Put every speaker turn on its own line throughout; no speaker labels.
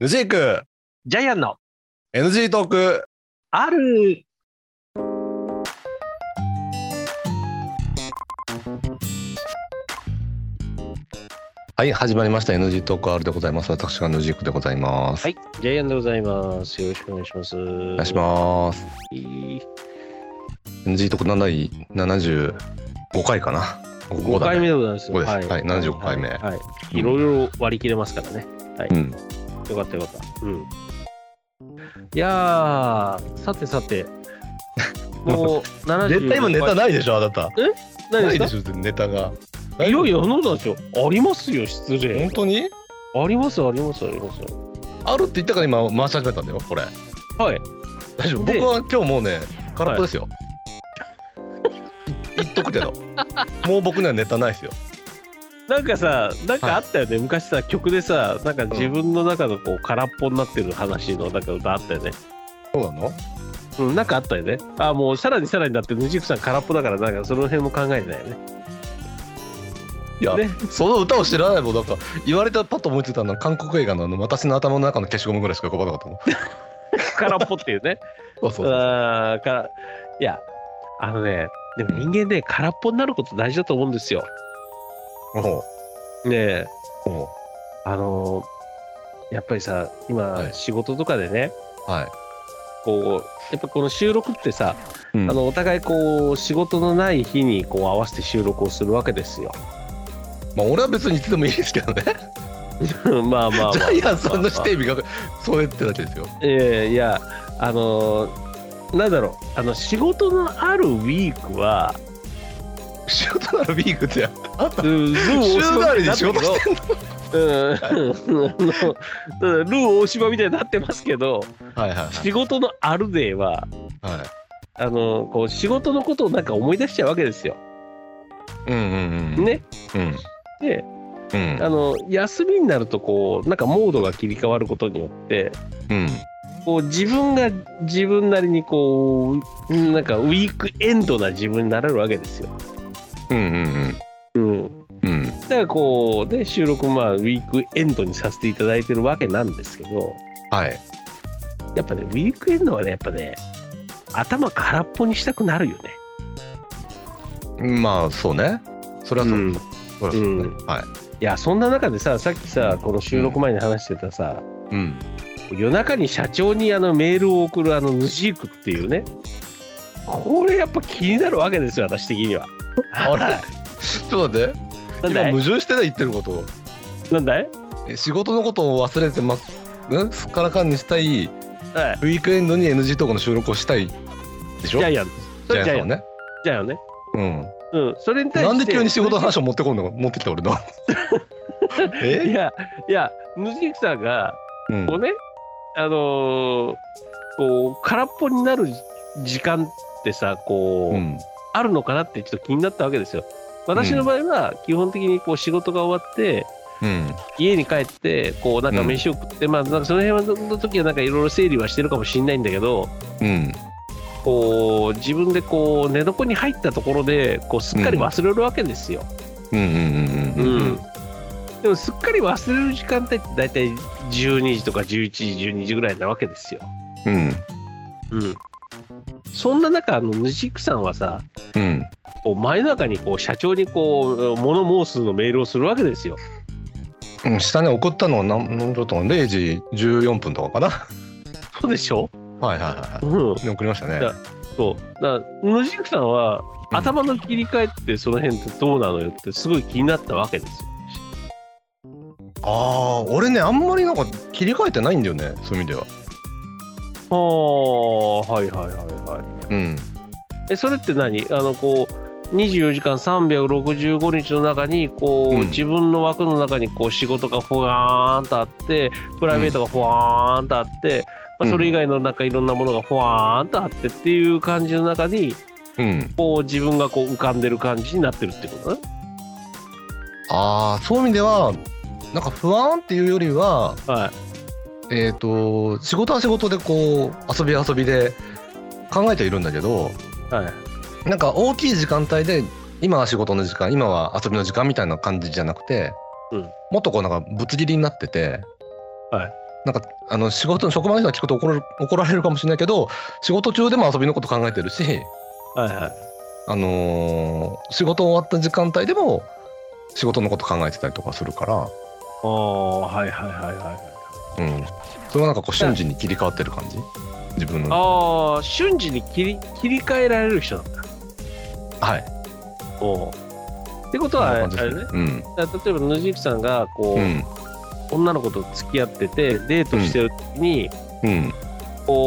ヌジーク
ジャイアンの
NG トーク
ある
はい始まりました NG トーク R でございます私がヌジークでございます、
はい、ジャイアンでございます。よろしくお願いします。お
お願いします
す。
NG トーク7第75回かなこ
5
こだね
回目でございます。
ここですはい75回目
はいはい
うん
いろいろ割り切れますからね。
うん
よかったよかった。うん。いやー、さてさ て、もう75回
絶対今ネタないでしょあなた
ないですか
しょネタが
いやいや、そんなことないですよ。ありますよ、失礼。
本当に
あります、あります、あります。
あるって言ったから今回し始めたんだよこれ
はい。
大丈夫
で
僕は今日もうね空っぽですよ、い言っとくけどもう僕にはネタないですよ
なんかさ、なんかあったよね、昔さ、曲でさ、なんか自分の中のこう空っぽになってる話のなんか歌あったよね。
そうなの
うん、なんかあったよね。あもうさらにさらにだって、ヌジクさん空っぽだから、なんかその辺も考えてないよね。
いや、
ね
その歌を知らないもんなんか言われたらパッと思いついたのは韓国映画のあの私の頭の中の消しゴムぐらいしか浮かばなかったもん
空っぽっていうね。
そうそうそう
あーからいや、あのね、でも人間ね、空っぽになること大事だと思うんですよ。
おう
ねえ、
おう
あのーやっぱりさ、
は
今、
い
仕事とかでね、
はい
こう、やっぱこの収録ってさ、
うん
あのお互いこう仕事のない日にこう合わせて収録をするわけですよ。
まあ俺は別にいつでもいいですけどね
まあまあまあ
ジャイアンさんの指定日がそれってだけですよ
えーいやあのーなんだろうあの仕事のあるウィークは
仕事ならビーグってや
うんル ー
週替わりで
大
仕
島
事
になっ
してん
たけどうん あのルー大島みたいになってますけど
のはいはいはい
仕事のあるデーは
はい
あのーこう仕事のことをなんか思い出しちゃうわけですよ。
うんうんうん
ね
うん
で
うん
あの休みになるとこうなんかモードが切り替わることによって
うん
こう自分が自分なりにこううんなんかウィークエンドな自分になれるわけですよ。
うんうん
うん、
うんうん
だからこうで収録まあウィークエンドにさせていただいてるわけなんですけど
はい
やっぱねウィークエンドはねやっぱね頭空っぽにしたくなるよね。
まあそうねそれはそう、
うん
それはそうね、
うん
はい
いやそんな中でささっきさこの収録前に話してたさ
うん
夜中に社長にあのメールを送るあのヌジークっていうねこれやっぱ気になるわけですよ私的には。
あれちょっと待って
なん
今
だい
矛盾してない言ってること
なんだい
え仕事のことを忘れてます んすっからかんにしたい
はい
ウィークエンドに NG トークの収録をしたいでし
ジ
ょ
ャイアン
ジャイアン
ジ
さん
ャイア
は
ン
ね
じゃあね。
うん
うん、それに対して。
なんで急に仕事の話を持ってこんの持ってきた俺 の
い
え
や、いや、ムジクさんが、
うん
こうね、あのーこう、空っぽになる時間ってさ、こう、
うん
あるのかなってちょっと気になったわけですよ。私の場合は、基本的にこう仕事が終わって、
うん
家に帰って、こう、なんか飯を食って、まあ、なんかその辺の時は、なんかいろいろ整理はしてるかもしれないんだけど、
うん
こう、自分でこう、寝床に入ったところで、こう、すっかり忘れるわけですよ。
うんうんうんうんうん
でもすっかり忘れる時間帯って大体12時とか11時12時ぐらいなわけですよ。
うん
うん、そんな中あのヌジクさんはさ
うん
こう真夜中にこう社長にこう物申すのメールをするわけですよ。
うん下ね送ったのはなんなんちょっと0時14分とかかな
そうでしょ、
はいはいは
うん
い、で送りましたね
だそうだからヌジクさんは
うん
頭の切り替えってその辺ってどうなのよってすごい気になったわけですよ。
ああー俺ねあんまりなんか切り替えてないんだよねそういう意味では
ああはいはいはいはい。
うん
えそれって何あのこう24時間365日の中にこう、
うん
自分の枠の中にこう仕事がほわーんとあってプライベートがほわーんとあって、
うん
まあ、それ以外のなんかいろんなものがほわーんとあってっていう感じの中に
うん
こう自分がこう浮かんでる感じになってるってことね。
ああそういう意味ではなんか不安っていうよりは
はい、
えっ、と仕事は仕事でこう遊びは遊びで考えてはいるんだけど
はい、
なんか大きい時間帯で今は仕事の時間今は遊びの時間みたいな感じじゃなくて、
うん
もっとこうなんかぶつ切りになってて、
はい
なんかあの仕事の職場の人が聞くと怒る怒られるかもしれないけど仕事中でも遊びのこと考えてるし、
はいはい。
あのー仕事終わった時間帯でも仕事のこと考えてたりとかするから、
ああ、はいはいはいはい。
うん、それはなんかこう瞬時に切り替わってる感じ自分の
ああ、瞬時に切り切り替えられる人なんだ。
はい
おーってことは、あ
そ
れ
んな感じ
ね
で、すね
だから例えば野尻さんがこう、
うんうん
女の子と付き合ってて、デートしてる時に、
うん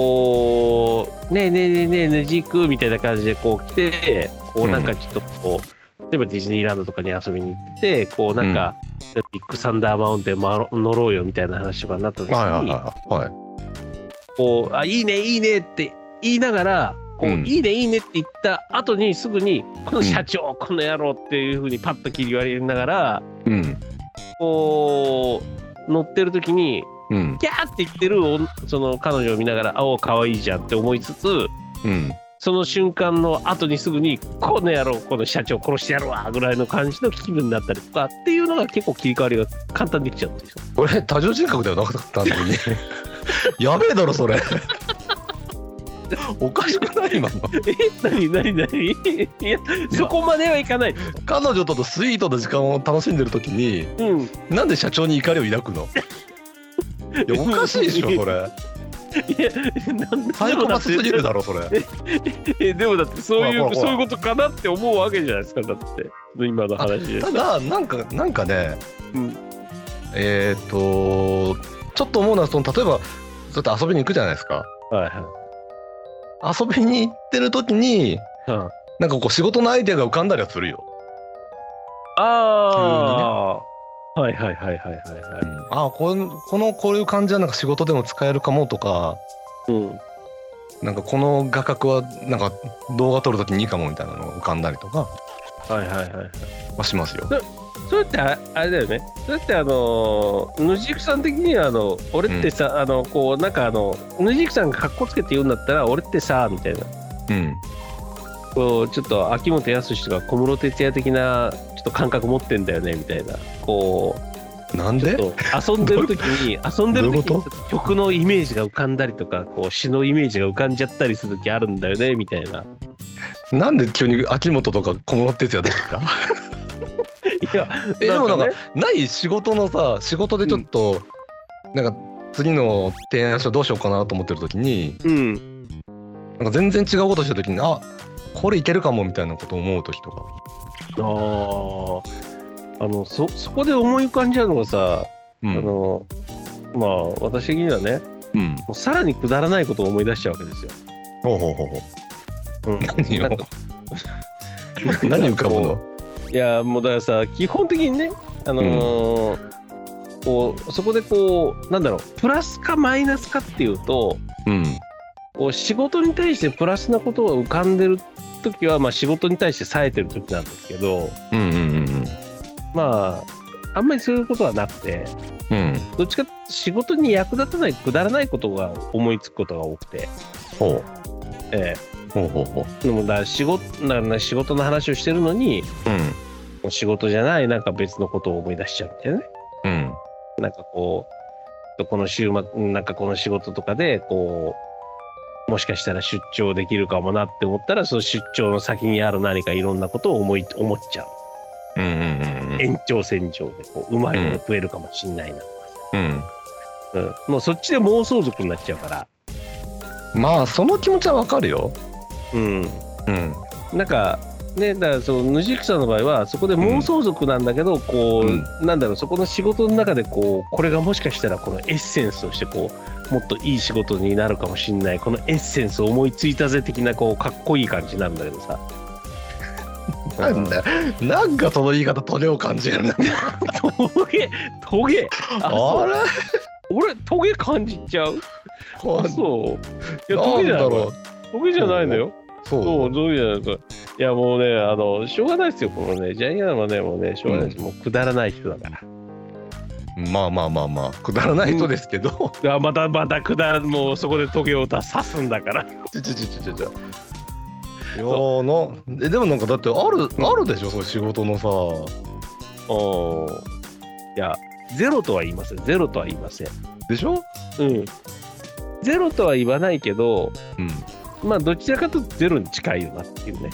こう、ねえねえねえねえ、野尻くんみたいな感じでこう来て、こう
うん
なんかちょっとこう、例えばディズニーランドとかに遊びに行って、こうなんか、ビッグサンダーマウンテン回ろ乗ろうよみたいな話とかになった時に、
はいはいはいはい
こう、あ、いいね、いいねって言いながら、こう、
うん
いいね、いいねって言った後に、すぐに、この社長、この野郎っていうふうにパッと切り割りながら、
うん
こう、乗ってる時に、
うん
キャーって言ってるおその彼女を見ながら、あお、かわいいじゃんって思いつつ、
うん
その瞬間の後にすぐに、この野郎、この社長殺してやるわぐらいの感じの気分になったりとかっていうのが結構切り替わりが簡単にできちゃうんですよ。
これ多重人格ではなかったのにやべえだろそれおかしくない今の
え、なになになに いや、そこまではいかない。
彼女とのスイートな時間を楽しんでる時に
うん。
なんで社長に怒りを抱くのいやおかしいでしょそれ
いや、なんで
サイコパスすぎるだろそれ
えでもだってそういう
ほらほらほ
そ
ら
ういうことかなって思うわけじゃないですかだって今の話で
ただなんかなんかね、
うん
えっ、とちょっと思うのはその例えばちょっと遊びに行くじゃないですか
はいは
遊びに行ってる時に
い、うん、あ
なんかこう仕事のアイデアが浮かんだりはするよ、
あ、はいはいはいはいはいは
ああこのこのこういう感じはなんか仕事でも使えるかもとか
い、うん、
なんかこの画角はなんか動画撮る時にいいかもみたいなのが浮かんだりとか
はいはいはい
はしますよ
そうやってああれだよねそうやってあのー野宿さん的にはあの俺ってさ、あのこうなんかあの野宿さんがかっこつけて言うんだったら俺ってさみたいな
うん
こうちょっと秋元康とか小室哲哉的なちょっと感覚持ってんだよねみたいなこう
なん
ちょっ
で
と遊んでる時に遊んでる時に
どういう
曲のイメージが浮かんだりとかこう詩のイメージが浮かんじゃったりする時あるんだよねみたい な。
なんで急に秋元とか小室哲哉です か
いや
えでもなんか
ね
ない仕事のさ仕事でちょっと、なんか次の提案書どうしようかなと思ってる時に
うん
なんか全然違うことした時にあこれいけるかもみたいなことを思う時とか
あーあのそそこで思い浮かんじゃうのがさ、
うん
あのまあ私的にはね
うん
もうさらにくだらないことを思い出しちゃうわけですよ。
ほうほうほうほう
うん
何よ
なんか
何浮かぶの
いやもうだからさ基本的にねあのーこうそこでこうなんだろうプラスかマイナスかっていうと、
うん
こう仕事に対してプラスなことが浮かんでる時は、まあ、仕事に対して冴えてる時なんですけど
うんうん
まああんまりそういうことはなくて
うんうん
どっちかっていうと仕事に役立たないくだらないことが思いつくことが多くて、
ほ
え
うほうほうほう
え、でもだから仕事だからね仕事の話をしてるのに
う
もう仕事じゃないなんか別のことを思い出しちゃうみたいなね
んうん
なんかこうこの週末なんかこの仕事とかでこうもしかしたら出張できるかもなって思ったらその出張の先にある何かいろんなことを思い思っちゃう
うんうんうんうん
延長線上でこううまいもの食えるかもしんないなとか
うん
さ、うんもうそっちで妄想族になっちゃうから、
まあその気持ちはわかるよ
うん、
うん
なんかねだからそのヌジクさんの場合はそこで妄想族なんだけど、こう、
う
なんだろうそこの仕事の中でこうこれがもしかしたらこのエッセンスとしてこうもっといい仕事になるかもしんないこのエッセンスを思いついたぜ的なこうかっこいい感じなんだけどさ。
なんだよなんかその言い方トゲを感じ るな
トゲトゲあ
あ
そう
れ
俺トゲ感じちゃう
こ
あ
う
そういや
な
トゲ
ん
じゃ
だ
な
ろ
いの
う
トゲじゃないのよ
そう
そう、どういうじゃないですか。いや、もうね、あの、しょうがないですよ、このね、ジャイアンはね、もうね、しょうがないです。もうくだらない人だから。
まあまあまあまあくだらない人ですけど、
いやまたまたくだら、もうそこでトゲを出さすんだから。
ちちちちちちいやーなえでもなんかだってあるあるでしょそういう仕事のさ
おいや、ゼロとは言いません。ゼロとは言いません。
でしょ
うん。ゼロとは言わないけど、
うん。
まあ、どちらかというとゼロに近いよなっ ていうね。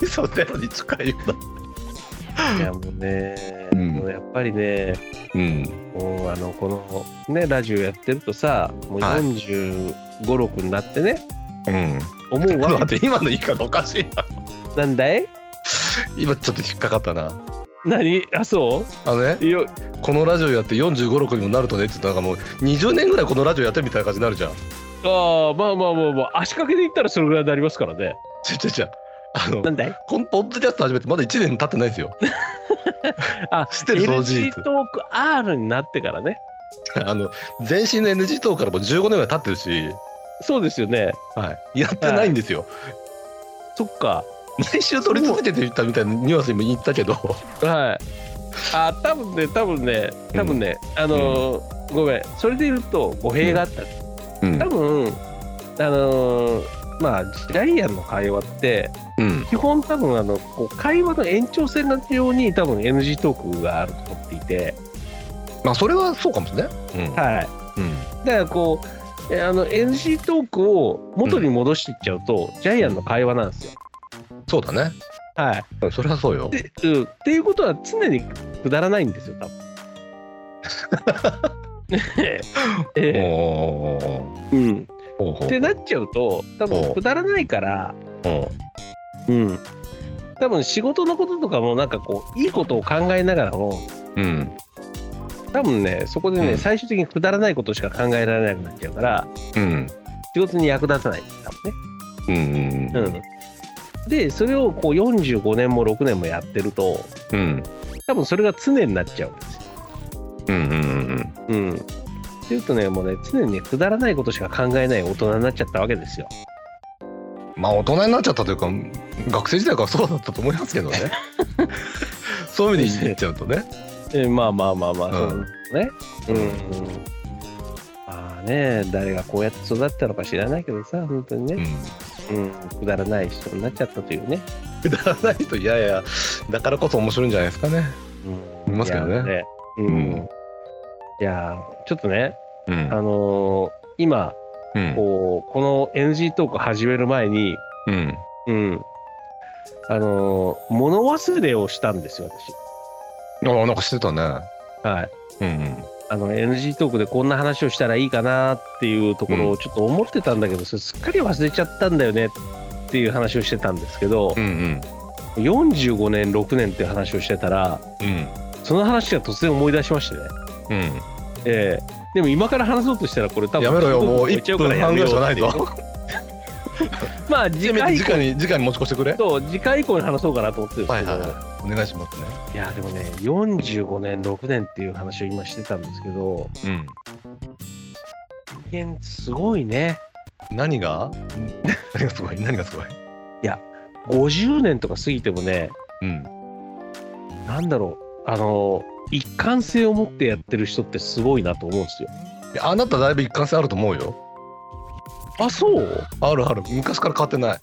何そゼロに近いような。
いや、もうね、
うん
もうやっぱりね、
うん。
もうあの、この、ね、ラジオやってるとさ、もう
はい
45、6になってね、
うん。
思うわ
待って、今の言い方おかしいな。
なんだい
今ちょっと引っかかったな。
何あ、そ
あのね
う、いや、
このラジオやって45、6にもなるとねって言ったら、なんかもう20年ぐらいこのラジオやってみたいな感じになるじゃん。
ああ、まあまあまあまあ、足掛けで言ったらそれぐらいになりますからね。
ちょちょちょ。あの
な、んだい
このポッドキャスト始めてまだ1年経ってないです よ。
あ、
知ってるその事
LG
実
ト。ーク R になってからね。
あの、前身の NG 党からもう15年ぐらい経ってるし、
そうですよね。
はい。やってないんですよ。
そっか。
毎週撮り続けていたみたいなニュアンスにも言ったけど。
はい。あ、多分ね、多分ね、多分ね、あのーごめん、それで言うと語弊があった。
うん
多分、あのーまあ、ジャイアンの会話って、
うん。
基本多分あの、こう会話の延長線のように多分 NG トークがあると思っていて、
まあ、それはそうかもしれない。うん。
はい。
うん。
だからこうえあの NG トークを元に戻していっちゃうと、ジャイアンの会話なんですよ。
そうだね。
はい、
それはそうよ。
でうんっていうことは常にくだらないんですよ多 分。え
おー
え
おーおー
うん、
おー
ってなっちゃうと多
お
分
う
くだらないから、
おー
うん、多分仕事のこととかもなんかこういいことを考えながらも
うん。
多分ねそこでね、
うん
最終的にくだらないことしか考えられなくなっちゃうから
うん。
仕事に役立たない多分ね。
うん。うん。
でそれをこう45年も6年もやってると
うん。
多分それが常になっちゃうんですよ。
うん。うん。
うん、っていうとねもうね常にねくだらないことしか考えない大人になっちゃったわけですよ。
まあ、大人になっちゃったというか、学生時代からそうだったと思いますけど ね。そういう意味で言っちゃうとね。
えまあまあまあまあ、
うん
そうね。うん、まあね誰がこうやって育ったのか知らないけどさ本当に
う
ね、
ん。
うん、くだらない人になっちゃったというね。
くだらないと、いやいや、だからこそ面白いんじゃないですかね。
うん、
いますけどね
いやねうん
うん
いやちょっとね
う
あ
ん。
のー今
うん。
こうこの NG トーク始める前に、
うん。
うん、あのー物忘れをしたんですよ私、
ああ、なんかしてたね。
はい、
うん。
あの NG トークでこんな話をしたらいいかなっていうところ
う
をちょっと思ってたんだけど、それすっかり忘れちゃったんだよねっていう話をしてたんですけど
う、ん。うん。
45年6年っていう話をしてたら
うん。
その話が突然思い出しましてね、
うん。
ええでも今から話そうとしたらこれ多分
やめろよ、もう
言っちゃ
1
か
分
らや
半
め
ぐ
よ
ら
う
いしかないぞ。
まあ次
せめて
回以
次
降
回に、次回に持ち越してくれ。
そう次回以降に話そうかなと思ってるんですけど、
い。お願いしますね。
いやでもね45年6年っていう話を今してたんですけど
うん。
人間すごいね
何が何がすごい何がすごい
50年とか過ぎてもね
うん。
なんだろうあの一貫性を持ってやってる人ってすごいなと思うんですよ
いやあなただいぶ一貫性あると思うよ。
あそう
あるある。昔から変わってない。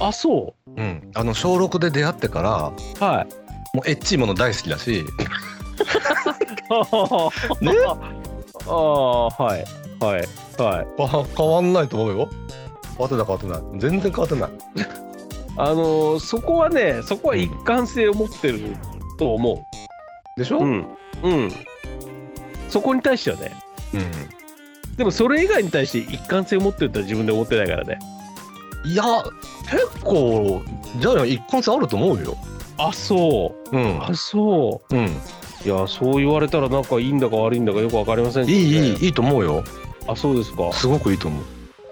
あそ
うん。あの、小6で出会ってから、
う はい
もうエッチいもの大好きだし、
ねああはいはいはい
あ変わんないと思うよ。変わってない変わってない。全然変わってない。
あのそこはねそこは一貫性を持ってると思
でしょ
ううんうんそこに対してはね
うん
でもそれ以外に対して一貫性を持ってるとは自分で思ってないからね
いや、結構、じゃあ一貫性あると思うよ。
あそう
うん。
あそ
うん。
ういやそう言われたらなんかいいんだか悪いんだかよくわかりません
い
けど、ね、
い、いい、いいと思うよ。
あそうですか
すごくいいと思う。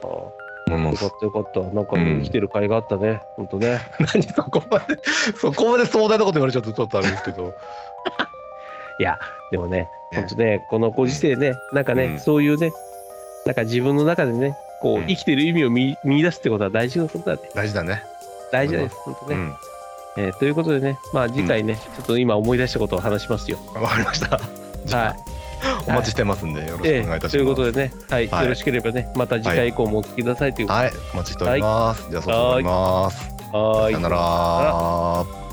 あ
思いま
よか
す
っ。たよかった。なんか
うん
生きてる甲斐があったね。本当ね。
何そこまで、 そこまで壮大なこと言われちゃうとちょっとあれですけど。
でもね、
ね
本当ね、このご時世ね、なんかね、
うん
そういうね、なんか自分の中でね、こう、
うん
生きてる意味を見見出すってことは大事なことだね。
大事だね。
大事です。本当
う
ね、
ん。
えーということでね、まあ次回ね、ちょっと今思い出したことを話しますよ。
わかりました。じゃ
は
あ、お待ちしてますんで、よろ
い。
し
え
くお願いいた
ーと
し
いう
ま
こ
す。
とでね、はい、
はい
よろしければね、また次回以降もお聞きくださいというこ
はい、お待ちしております。じゃあ、そう思います。
とで。はー
さ
い
よなら。